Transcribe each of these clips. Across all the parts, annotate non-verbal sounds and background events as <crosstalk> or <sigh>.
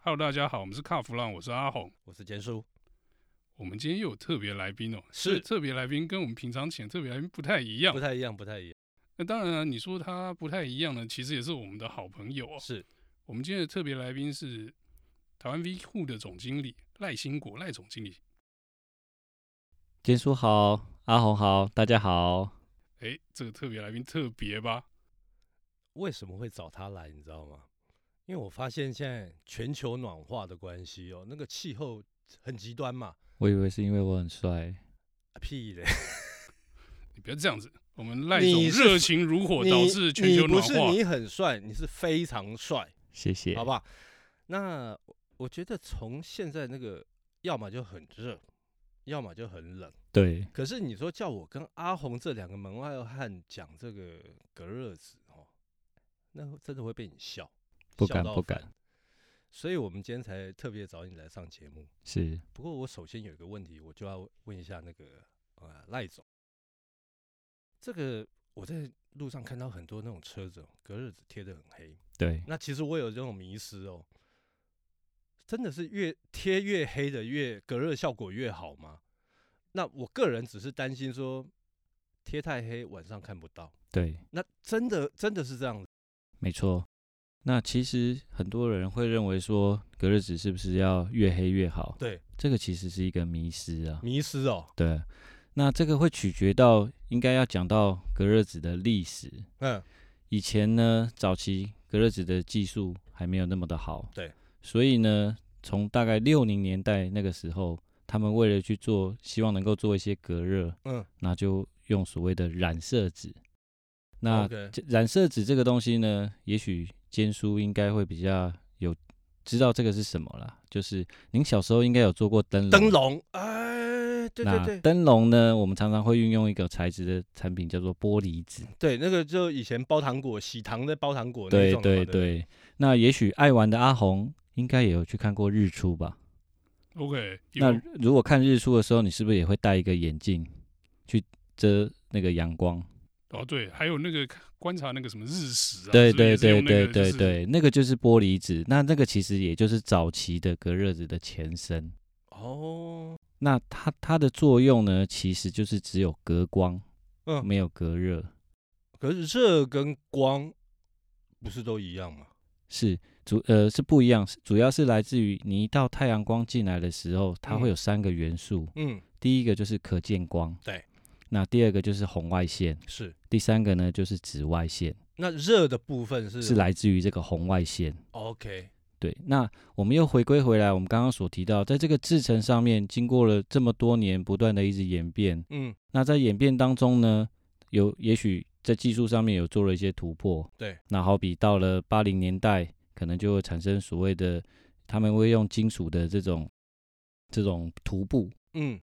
Hello，大家好，我们是卡弗朗，我是阿红。我是简叔，我们今天又有特别来宾哦，是这特别来宾跟我们平常请的特别来宾不太一样不。太一样，不太一样，那当然、啊，你说他不太一样呢，其实也是我们的好朋友哦。是我们今天的特别来宾是台湾 V 库的总经理赖兴国，赖总经理。坚叔好，阿红好，大家好。哎，这个特别来宾特别吧？为什么会找他来，你知道吗？因为我发现现在全球暖化的关系哦，那个气候很极端嘛，我以为是因为我很帅，啊、屁嘞！你不要这样子，我们赖总你是热情如火，你导致全球暖你不化是。你很帅，你是非常帅，谢谢。好，吧？那我我觉得从现在那个，要么就很热，要么就很冷。对，可是你说叫我跟阿红这两个门外汉讲这个隔热纸哦，那真的会被你笑，不笑敢到不敢翻。所以我们今天才特别找你来上节目。是不过我首先有一个问题，我就要问一下那个呃赖总，这个我在路上看到很多那种车子哦隔热纸贴的很黑，对，那其实我有这种迷失哦，真的是越贴越黑的越隔热效果越好吗？那我个人只是担心说贴太黑晚上看不到，对，那真的真的是这样子，没错。那其实很多人会认为说隔热纸是不是要越黑越好？对，这个其实是一个迷失啊。迷失哦，对，那这个会取决到应该要讲到隔热纸的历史。嗯，以前呢，早期隔热纸的技术还没有那么的好，对，所以呢，从大概六零年代那个时候，他们为了去做，希望能够做一些隔热，嗯，那就用所谓的染色纸。那哦 OK 这染色纸这个东西呢，也许坚叔应该会比较有知道这个是什么啦，就是您小时候应该有做过灯笼，灯笼，哎，对对那对，灯笼呢，我们常常会运用一个材质的产品叫做玻璃纸。对，那个就以前包糖果、喜糖在包糖果那对种的对嘛，不对，那也许爱玩的阿红应该也有去看过日出吧？ OK，那有如果看日出的时候，你是不是也会戴一个眼镜去遮那个阳光？哦对，还有那个观察那个什么日食啊，对是不是对也是对用那对个就对是对，那个就是玻璃纸，那那个其实也就是早期的隔热纸的前身。哦，那它它的作用呢，其实就是只有隔光，嗯，没有隔热。可是热跟光不是都一样吗？是主呃是不一样，是主要是来自于你一到太阳光进来的时候，它嗯会有三个元素，嗯，第一个就是可见光，对。那第二个就是红外线，是。第三个呢就是紫外线，那热的部分是哦是来自于这个红外线。 OK，对，那我们又回归回来，我们刚刚所提到，在这个制成上面，经过了这么多年不断的一直演变，嗯，那在演变当中呢，有也许在技术上面有做了一些突破。对，那好比到了八零年代，可能就会产生所谓的，他们会用金属的这种这种涂布，嗯，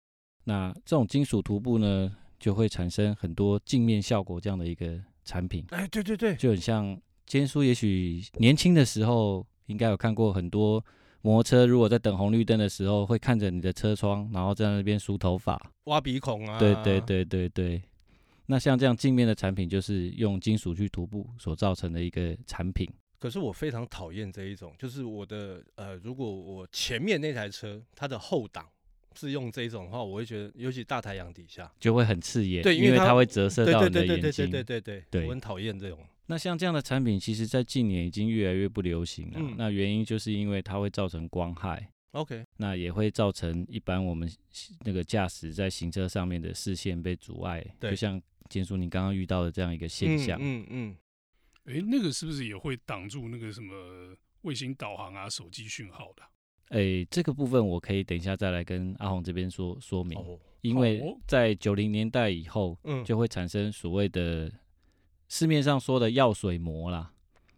那这种金属涂布呢，就会产生很多镜面效果这样的一个产品，哎，对对对，就很像坚叔，也许年轻的时候应该有看过很多摩托车，如果在等红绿灯的时候，会看着你的车窗，然后在那边梳头发。挖鼻孔啊，对对，对对对。那像这样镜面的产品，就是用金属去涂布所造成的一个产品。可是我非常讨厌这一种，就是我的呃，如果我前面那台车它的后挡是用这一种的话，我会觉得，尤其大太阳底下，就会很刺眼，对因因为它它会折射对到对你的对对眼对对睛。对对对，对我很讨厌这种，那像这样的产品，其实在近年已经越来越不流行了。嗯那原因就是因为它会造成光害， OK，那也会造成一般我们那个驾驶在行车上面的视线被阻碍，对就像坚叔你刚刚遇到的这样一个现象。嗯嗯嗯，诶，那个是不是也会挡住那个什么卫星导航啊、手机讯号的啊？诶、这个部分我可以等一下再来跟阿红这边说说明，哦，因好为哦在九零年代以后嗯，就会产生所谓的市面上说的药水膜啦。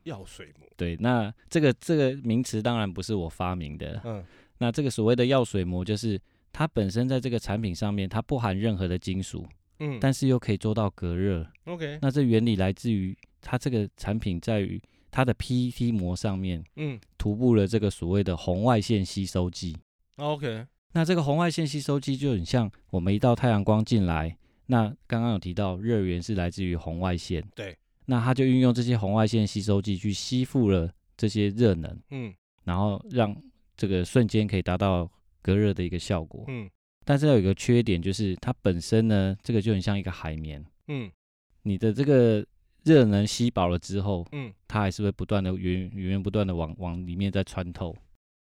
药水膜，对，那这个这个名词当然不是我发明的啦，嗯那这个所谓的药水膜，就是它本身在这个产品上面，它不含任何的金属，嗯，但是又可以做到隔热。 OK，那这原理来自于它这个产品在于它的 PET 膜上面嗯涂布了这个所谓的红外线吸收剂。 ，OK，那这个红外线吸收剂就很像我们一到太阳光进来，那刚刚有提到热源是来自于红外线，对，那它就运用这些红外线吸收剂去吸附了这些热能。嗯然后让这个瞬间可以达到隔热的一个效果。嗯但是要有一个缺点，就是它本身呢，这个就很像一个海绵，嗯你的这个热能吸饱了之后，嗯，它还是会不断的源源源不断的往往里面再穿透。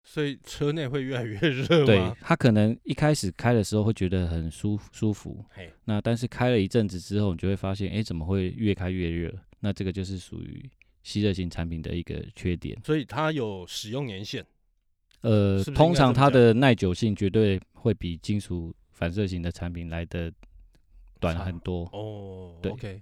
所以车内会越来越热对吗？，它可能一开始开的时候会觉得很舒舒服，嘿，那但是开了一阵子之后，你就会发现，哎，怎么会越开越热？那这个就是属于吸热型产品的一个缺点。所以它有使用年限。呃，是不是应通该常这么它讲的耐久性绝对会比金属反射型的产品来的短长很多。哦对，OK，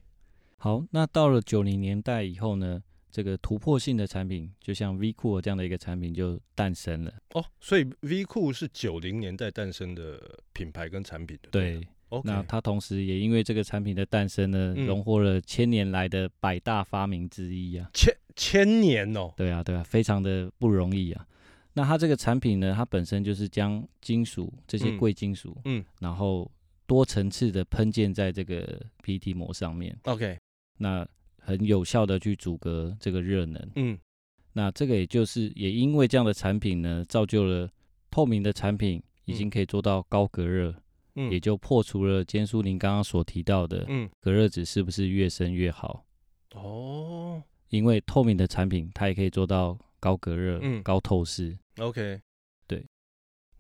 好，那到了九零年代以后呢，这个突破性的产品，就像 V Cool 这样的一个产品就诞生了。哦，所以 V 酷是九零年代诞生的品牌跟产品的。对， ，OK，那它同时也因为这个产品的诞生呢，嗯荣获了千年来的百大发明之一啊。千千年哦，对啊，对啊，非常的不容易啊。那它这个产品呢，它本身就是将金属这些嗯贵金属，嗯然后多层次的喷溅在这个 PET 膜上面， ，OK，那很有效的去阻隔这个热能。嗯那这个也就是也因为这样的产品呢，造就了透明的产品已经可以做到高隔热，嗯，也就破除了坚叔您刚刚所提到的嗯隔热纸是不是越深越好，哦因为透明的产品它也可以做到高隔热、嗯高透视。 ，OK，对，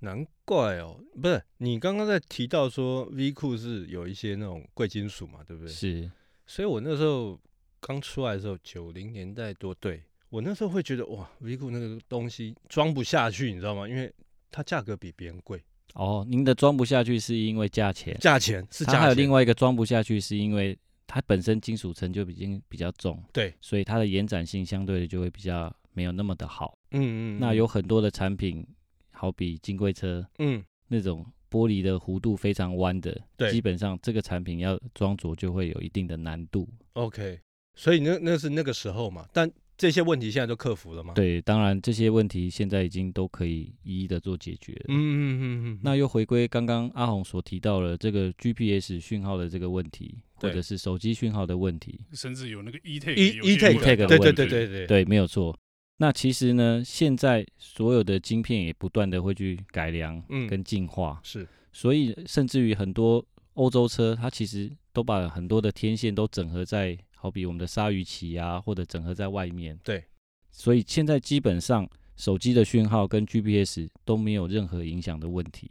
难怪哦，不是你刚刚在提到说 V 酷是有一些那种贵金属嘛，对不对？是，所以我那时候刚出来的时候，九零年代多，对我那时候会觉得哇，V 酷那个东西装不下去，你知道吗？因为它价格比别人贵，哦，您的装不下去是因为价钱，价钱是价它钱，还有另外一个装不下去是因为它本身金属层就已经比较重，对，所以它的延展性相对的就会比较没有那么的好。嗯嗯，那嗯有很多的产品，好比金龟车嗯那种玻璃的弧度非常弯的，对基本上这个产品要装着就会有一定的难度。 OK，所以那那是那个时候嘛，但这些问题现在都克服了嘛？，对，当然这些问题现在已经都可以一一的做解决了。嗯嗯嗯嗯，那又回归刚刚阿红所提到了这个 GPS 讯号的这个问题，或对者是手机讯号的问题，甚至有那个 e tag E- E-tag 的对问对对对对，对，没有错。那其实呢，现在所有的晶片也不断的会去改良嗯跟进化，是所以甚至于很多欧洲车，它其实都把很多的天线都整合在，好比我们的鲨鱼鳍啊，或者整合在外面。对，所以现在基本上手机的讯号跟 GPS 都没有任何影响的问题。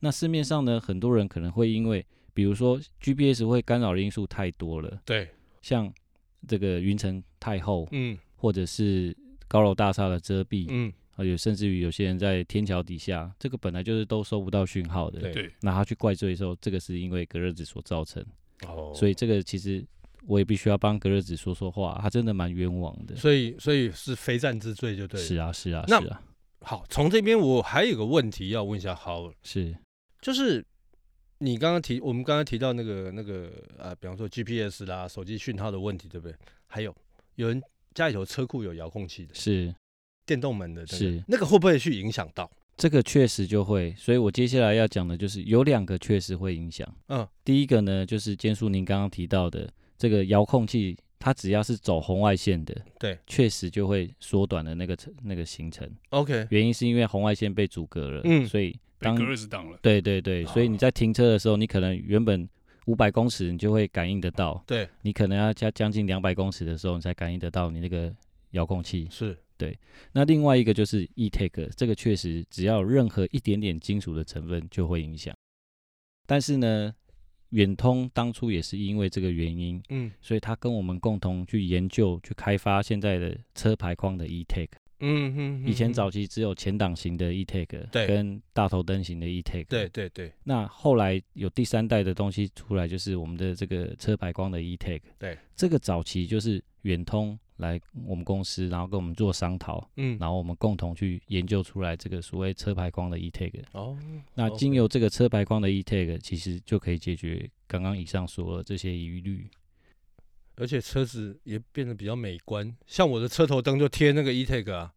那市面上呢，很多人可能会因为，比如说 GPS 会干扰的因素太多了，对，像这个云层太厚，嗯或者是高楼大厦的遮蔽，嗯还有甚至于有些人在天桥底下，这个本来就是都收不到讯号的。对对，那他去怪罪说这个是因为隔热纸所造成，哦，所以这个其实我也必须要帮隔热纸说说话，他真的蛮冤枉的。所以所以是非战之罪就对了。是啊，是啊，那是啊，好，从这边我还有个问题要问一下好，是就是你刚刚提我们刚刚提到那个那个呃，比方说 GPS 啦、手机讯号的问题，对不对？还有有人家里头车库有遥控器的，是，电动门的、那个，是那个会不会去影响到？这个确实就会。所以我接下来要讲的就是有两个确实会影响。嗯，第一个呢，就是坚叔您刚刚提到的这个遥控器，它只要是走红外线的，对，确实就会缩短了那个程那个行程。 OK，原因是因为红外线被阻隔了，嗯所以被当格瑞斯挡了。对对对，啊所以你在停车的时候，你可能原本五百公尺你就会感应得到，对，你可能要加将近两百公尺的时候，你才感应得到你那个遥控器。是，那另外一个就是 e-tag，这个确实只要有任何一点点金属的成分就会影响，但是呢，远通当初也是因为这个原因，嗯所以他跟我们共同去研究、去开发现在的车牌框的 e-tag。嗯嗯，以前嗯早期只有前挡型的 e-tag，对跟大头灯型的 e-tag。对，对对，那后来有第三代的东西出来，就是我们的这个车牌光的 e-tag。对，这个早期就是远通来我们公司，然后跟我们做商讨，嗯，然后我们共同去研究出来这个所谓车牌光的 e-tag。哦，那 OK 经由这个车牌光的 e-tag，其实就可以解决刚刚以上所有这些疑虑。而且车子也变得比较美观，像我的车头灯就贴那个 e-tag 啊，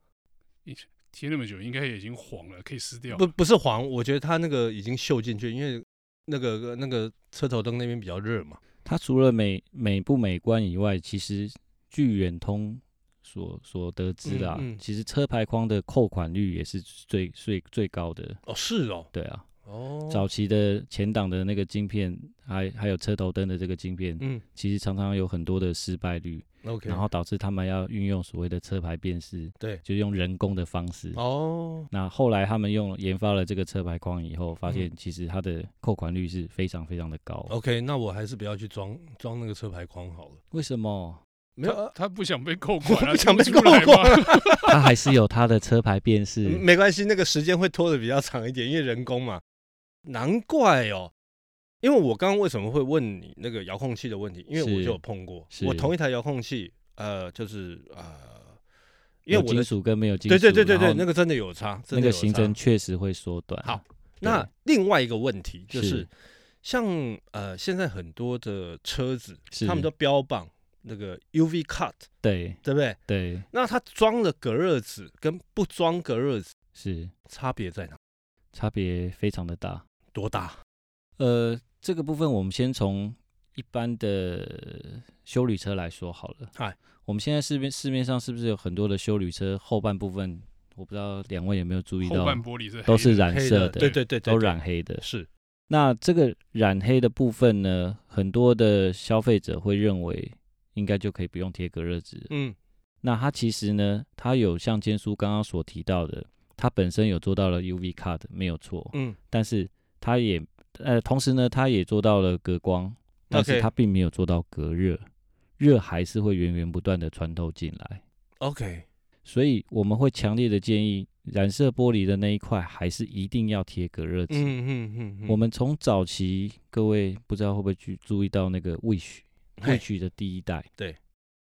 贴那么久，应该也已经黄了，可以撕掉。不，不是黄，我觉得它那个已经锈进去，因为那个那个车头灯那边比较热嘛，它除了美美不美观以外，其实据远通所所得知啦，嗯嗯其实车牌框的扣款率也是最最最高的。哦，是哦，对啊，哦，早期的前挡的那个晶片，还还有车头灯的这个晶片，嗯其实常常有很多的失败率， ，OK，然后导致他们要运用所谓的车牌辨识，对就用人工的方式。哦，那后来他们用研发了这个车牌框以后，发嗯哦现其实它的扣款率是非常非常的高。 OK，那我还是不要去装装那个车牌框好了。为什么？没有，呃他不想被扣款啊，不想被听不出来扣啊吗？ <laughs> 它还是有它的车牌辨 <laughs> 识。嗯没关系，那个时间会拖得比较长一点，因为人工嘛。难怪哦，因为我刚刚为什么会问你那个遥控器的问题，因为我是就有碰过，是我同一台遥控器，呃，就是呃，因为有我的金属跟没有金属，对对对对对，然后那个真的有差，真那的个有行差程确实会缩短。好对那另外一个问题就是，是像呃，现在很多的车子，是他们都标榜那个 UV cut，对对不对？对那它装了隔热纸跟不装隔热纸是差别在哪？差别非常的大。多大？呃，这个部分我们先从一般的修旅车来说好了。嗨，我们现在市面市面上是不是有很多的修旅车后半部分？我不知道两位有没有注意后到，半玻璃是黑的都是染黑色对对对对，都对染黑的。是那这个染黑的部分呢，很多的消费者会认为应该就可以不用贴隔热纸了。嗯那它其实呢，它有像坚叔刚刚所提到的，它本身有做到了 UV cut 没有错，嗯但是它也呃，同时呢，它也做到了隔光，但是 OK 它并没有做到隔热，热还是会源源不断的穿透进来， ，OK，所以我们会强烈的建议，染色玻璃的那一块还是一定要贴隔热纸。嗯嗯嗯嗯，我们从早期，各位不知道会不会去注意到那个 Wish 嘿 Wish 的第一代，对，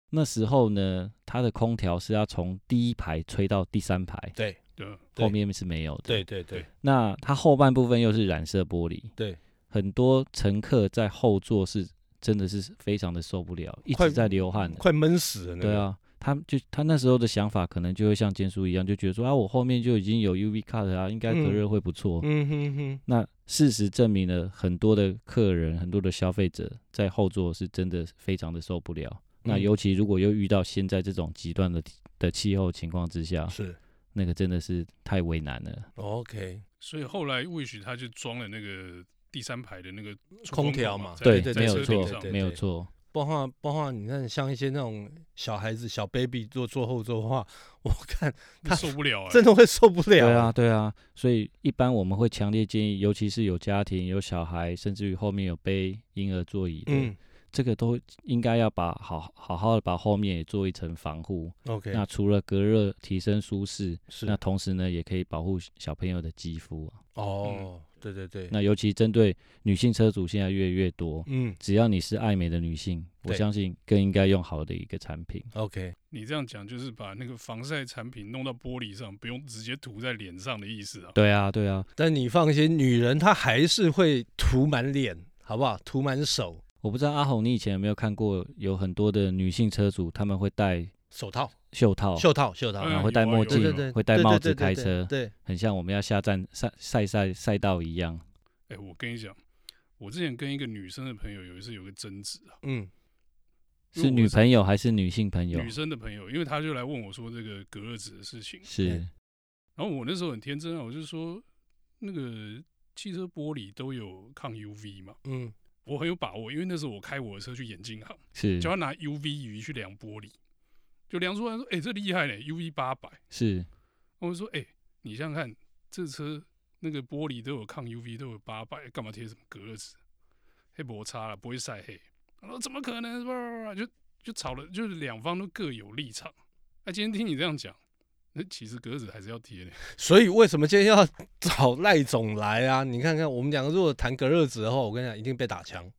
那时候呢，它的空调是要从第一排吹到第三排，对对啊对后面是没有的。对，对对那它后半部分又是染色玻璃，对，很多乘客在后座是真的是非常的受不了，一快直在流汗。快闷死了那个，对啊，他们就他那时候的想法可能就会像坚叔一样，就觉得说啊，我后面就已经有 UV cut 啊，应该隔嗯热会不错。嗯哼哼，那事实证明了，很多的客人、很多的消费者在后座是真的非常的受不了。那嗯尤其如果又遇到现在这种极端的的气候情况之下，是那个真的是太为难了。 OK，所以后来 wish 他就装了那个第三排的那个出空风调口嘛在对在没有车顶上错，对没有错。包括包括你看，像一些那种小孩子、小 baby 坐坐后座的话，我看那受不了啊，真的会受不了。哎对啊，，对啊。所以一般我们会强烈建议，尤其是有家庭、有小孩，甚至于后面有背婴儿座椅的，嗯这个都应该要把好好好的把后面也做一层防护。 ，OK，那除了隔热、提升舒适，是那同时呢，也可以保护小朋友的肌肤、啊。哦，对对对，那尤其针对女性车主，现在越来越多，嗯只要你是爱美的女性，我对相信更应该用好的一个产品。 ，OK，你这样讲就是把那个防晒产品弄到玻璃上，不用直接涂在脸上的意思啊。对啊，对啊，但你放心，女人她还是会涂满脸，好不好？涂满手，我不知道阿红，你以前有没有看过，有很多的女性车主，她们会戴手套、袖套，袖套、袖套，嗯然后有会戴啊墨有对镜啊对对，，哦哎会戴对帽对子对对开对车，对，很像我们要下站赛赛赛赛道一样。哎、我跟你讲，我之前跟一个女生的朋友有一次有个争执啊，嗯因为是我女朋友还是女性朋友？女生的朋友，因为她就来问我说这个隔热纸的事情，是嗯，然后我那时候很天真啊，我就说那个汽车玻璃都有抗 UV 嘛，嗯，我很有把握，因为那时候我开我的车去眼镜行，是叫他拿 UV 仪去量玻璃，就量出来说，哎、这厉害嘞，UV 八百，是，我就说，哎、你想想看，这车那个玻璃都有抗 UV，都有八百，干嘛贴什么隔热纸？黑摩擦了，不会晒黑。他说怎么可能？叭叭叭，就就吵了，就是两方都各有立场。那、今天听你这样讲，那其实隔热纸还是要贴的。所以为什么今天要找赖总来啊？你看看我们两个如果谈隔热纸的话，我跟你讲，一定被打枪，，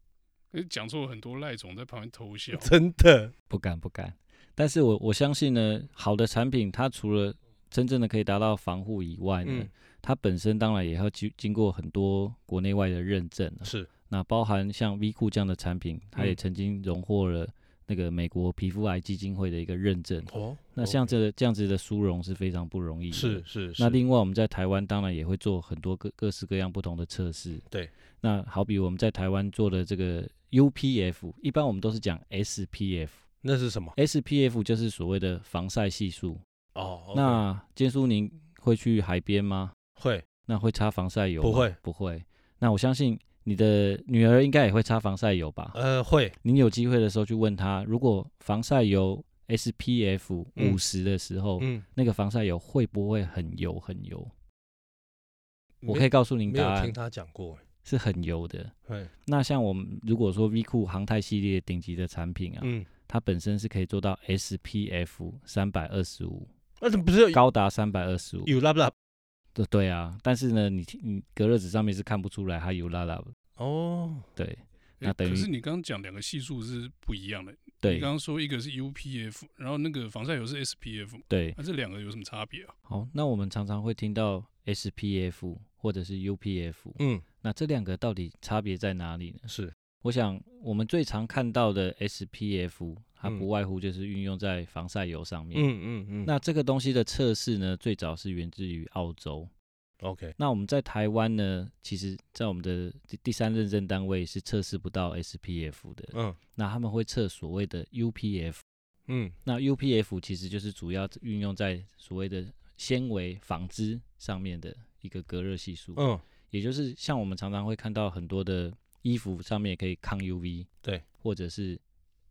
可是讲错很多赖总在旁边偷笑真的。不敢不敢。但是我我相信呢，好的产品它除了真正的可以达到防护以外呢，嗯，它本身当然也要经经过很多国内外的认证、啊。是那包含像 V 酷这样的产品，它也嗯曾经荣获了那个美国皮肤癌基金会的一个认证。哦，那像这这样子的殊荣是非常不容易的。是是是那另外，我们在台湾当然也会做很多各各式各样不同的测试。对。那好比我们在台湾做的这个 UPF，一般我们都是讲 SPF，那是什么？ SPF 就是所谓的防晒系数。哦，OK，那建叔，您会去海边吗？会那会擦防晒油？不，会？不会。那我相信你的女儿应该也会擦防晒油吧？呃，会，您有机会的时候去问她，如果防晒油 SPF 五十的时候，嗯，那个防晒油会不会很油很油？我没可以告诉您没答有案听，他讲过，是很油的。哎，那像我们如果说 V 酷航太系列顶级的产品啊，嗯，它本身是可以做到 SPF 三百二十五，那怎么不是高达三百二十五。有 lab lab 对对啊，但是呢，你你隔热纸上面是看不出来它有拉拉的。哦，对诶 <laughs> 那等于可是你刚刚讲两个系数是不一样的。你对刚刚说一个是 UPF，然后那个防晒油是 SPF，嘛对，那、这两个有什么差别啊？好，那我们常常会听到 SPF 或者是 UPF，嗯，那这两个到底差别在哪里呢？是，我想我们最常看到的 SPF，它嗯不外乎就是运用在防晒油上面。嗯嗯嗯，那这个东西的测试呢，最早是源自于澳洲。 OK，那我们在台湾呢，其实在我们的第第三认证单位是测试不到 SPF 的。嗯那他们会测所谓的 UPF。嗯那 UPF 其实就是主要运用在所谓的纤维纺织上面的一个隔热系数，嗯，也就是像我们常常会看到很多的衣服上面可以抗 UV，对，或者是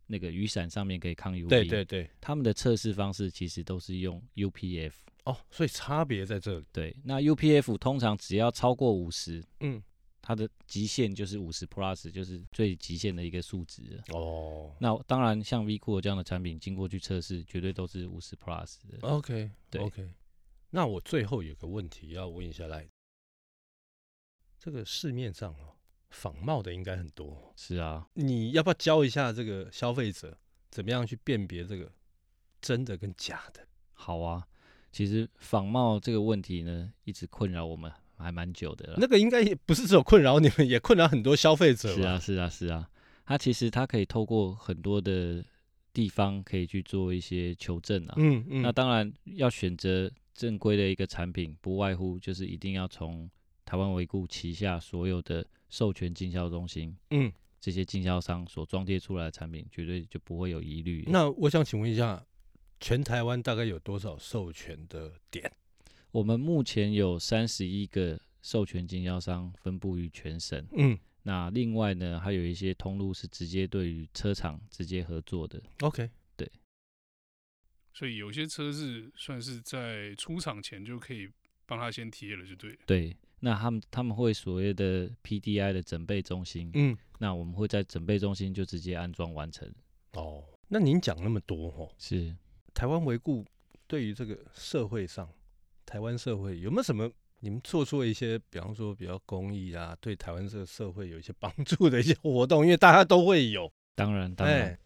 那个雨伞上面可以抗 UV，对对，对，他们的测试方式其实都是用 UPF。哦，所以差别在这里，对，那 UPF 通常只要超过五十，嗯，它的极限就是五十 plus，就是最极限的一个数值了。哦那当然，像 V Cool 这样的产品经过去测试，绝对都是五十 plus 的。 ，OK 对 OK，那我最后有个问题要问一下赖，这个市面上哦，仿冒的应该很多哦，是啊，你要不要教一下这个消费者怎么样去辨别这个真的跟假的？好啊。其实仿冒这个问题呢，一直困扰我们还蛮久的了。那个应该也不是只有困扰你们，也困扰很多消费者是吧？啊，是啊，是啊。它其实它可以透过很多的地方可以去做一些求证啊。嗯嗯，那当然要选择正规的一个产品，不外乎就是一定要从台湾维固旗下所有的授权经销中心，嗯，这些经销商所装贴出来的产品，绝对就不会有疑虑。那我想请问一下，全台湾大概有多少授权的点？我们目前有三十一个授权经销商分布于全省，嗯那另外呢，还有一些通路是直接对于车厂直接合作的。 ，OK，所以有些车是算是在出厂前就可以帮他先贴了，就对了。对，那他们他们会所谓的 PDI 的整备中心，嗯，那我们会在整备中心就直接安装完成。哦，那您讲那么多哦，是，台湾维顾对于这个社会上，台湾社会有没有什么？你们做出一些，比方说比较公益啊，对台湾这个社会有一些帮助的一些活动，因为大家都会有。当然当然，哎，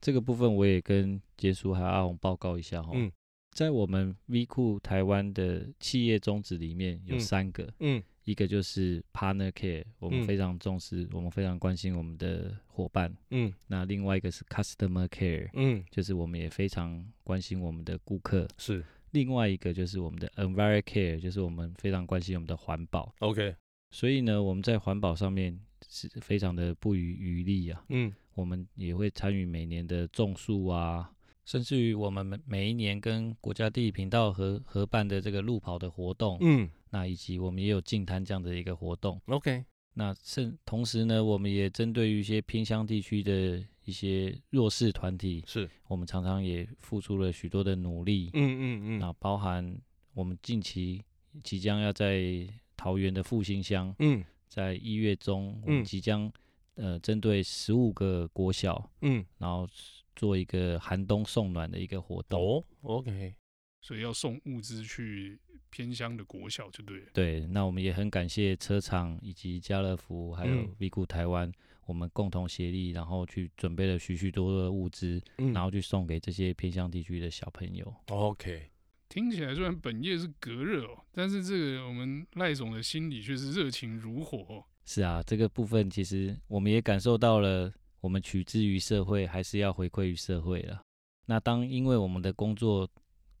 这个部分我也跟杰叔还有阿红报告一下哈。嗯在我们 V 库台湾的企业宗旨里面有嗯三个，嗯一个就是 partner care，我们嗯非常重视，我们非常关心我们的伙伴。嗯那另外一个是 customer care，嗯，就是我们也非常关心我们的顾客。是另外一个就是我们的 environment care，就是我们非常关心我们的环保。 OK，所以呢，我们在环保上面是非常的不遗余力啊。嗯我们也会参与每年的种树啊，甚至于我们每每一年跟国家地理频道合合办的这个路跑的活动，嗯那以及我们也有净滩这样的一个活动。 ，OK，那甚同时呢，我们也针对于一些偏乡地区的一些弱势团体，是，我们常常也付出了许多的努力。嗯嗯那包含我们近期即将要在桃园的复兴乡，嗯在一月中，我们嗯即将、呃针对十五个国小，嗯，然后做一个寒冬送暖的一个活动。哦，OK，所以要送物资去偏乡的国小就对了。对，那我们也很感谢车厂以及家乐福还有嗯 V 股台湾，我们共同协力，然后去准备了许许多多的物资，嗯然后去送给这些偏乡地区的小朋友。 OK，听起来虽然本业是隔热哦，但是这个我们赖总的心里却是热情如火、哦。是啊，这个部分其实我们也感受到了，我们取之于社会，还是要回馈于社会了。那当因为我们的工作，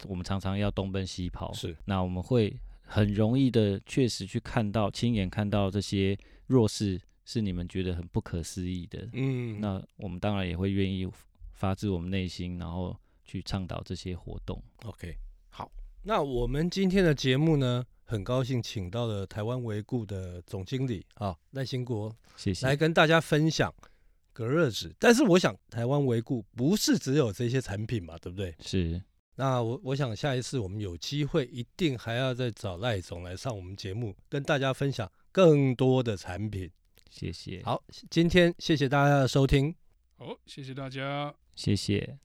我们常常要东奔西跑，是，那我们会很容易的，确实去看到，亲眼看到这些弱势是你们觉得很不可思议的。嗯那我们当然也会愿意发自我们内心，然后去倡导这些活动。 OK，好，那我们今天的节目呢，很高兴请到了台湾维固的总经理啊赖兴国谢谢。来跟大家分享隔热纸。但是我想，台湾维固不是只有这些产品嘛，对不对？是，那我我想下一次我们有机会，一定还要再找赖总来上我们节目，跟大家分享更多的产品。谢谢，好，今天谢谢大家的收听。好，谢谢大家。谢谢。